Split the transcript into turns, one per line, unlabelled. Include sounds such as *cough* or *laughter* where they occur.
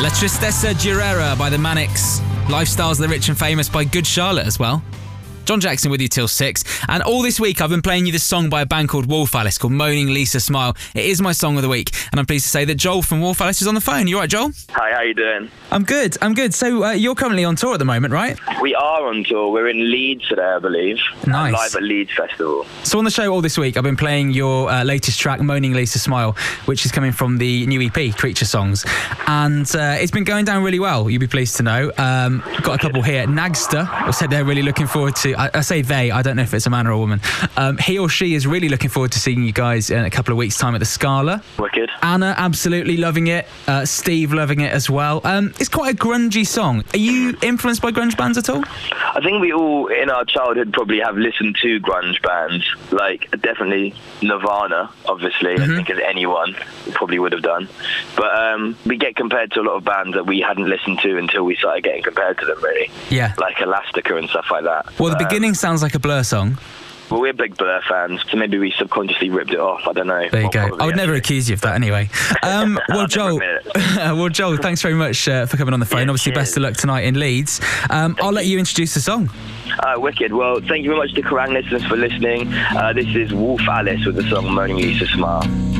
La Tristessa Girera by the Manics. Lifestyles of the Rich and Famous by Good Charlotte as well. John Jackson with you till six. And all this week, I've been playing you this song by a band called Wolf Alice called Moaning Lisa Smile. It is my song of the week. And I'm pleased to say that Joel from Wolf Alice is on the phone. You all right, Joel?
Hi, how you doing?
I'm good. I'm good. So uh, you're currently on tour at the moment, right?
We are on tour. We're in Leeds today, I believe.
Nice.
Live at Leeds Festival.
So on the show all this week, I've been playing your uh, latest track, "Moaning Lisa Smile," which is coming from the new EP, Creature Songs, and uh, it's been going down really well. You'll be pleased to know. Um, got a couple here. Nagster said they're really looking forward to. I, I say they. I don't know if it's a man or a woman. Um, he or she is really looking forward to seeing you guys in a couple of weeks' time at the Scala.
Wicked.
Anna absolutely loving it. Uh, Steve loving it as well. Um, it's quite a grungy song. Are you influenced by grunge bands at all?
I think we all in our childhood probably have listened to grunge bands, like definitely Nirvana, obviously.
Mm-hmm.
I think as anyone probably would have done, but um, we get compared to a lot of bands that we hadn't listened to until we started getting compared to them, really.
Yeah.
Like Elastica and stuff like that.
Well, the
Um,
beginning sounds like a Blur song.
Well, we're big Blur fans, so maybe we subconsciously ripped it off. I don't know.
There you
Well,
go.
probably,
I would never
actually.
accuse you of that
*laughs*
anyway. Um, well,
I'll
Joel,
never
*laughs* well, Joel, thanks very much uh, for coming on the phone.
Yeah,
Obviously, best
cheers.
of luck tonight in Leeds. Um, I'll let you introduce the song.
Uh, wicked. Well, Ah, thank you very much to Kerrang listeners for listening. Uh, this is Wolf Alice with the song Moaning Lisa Smile.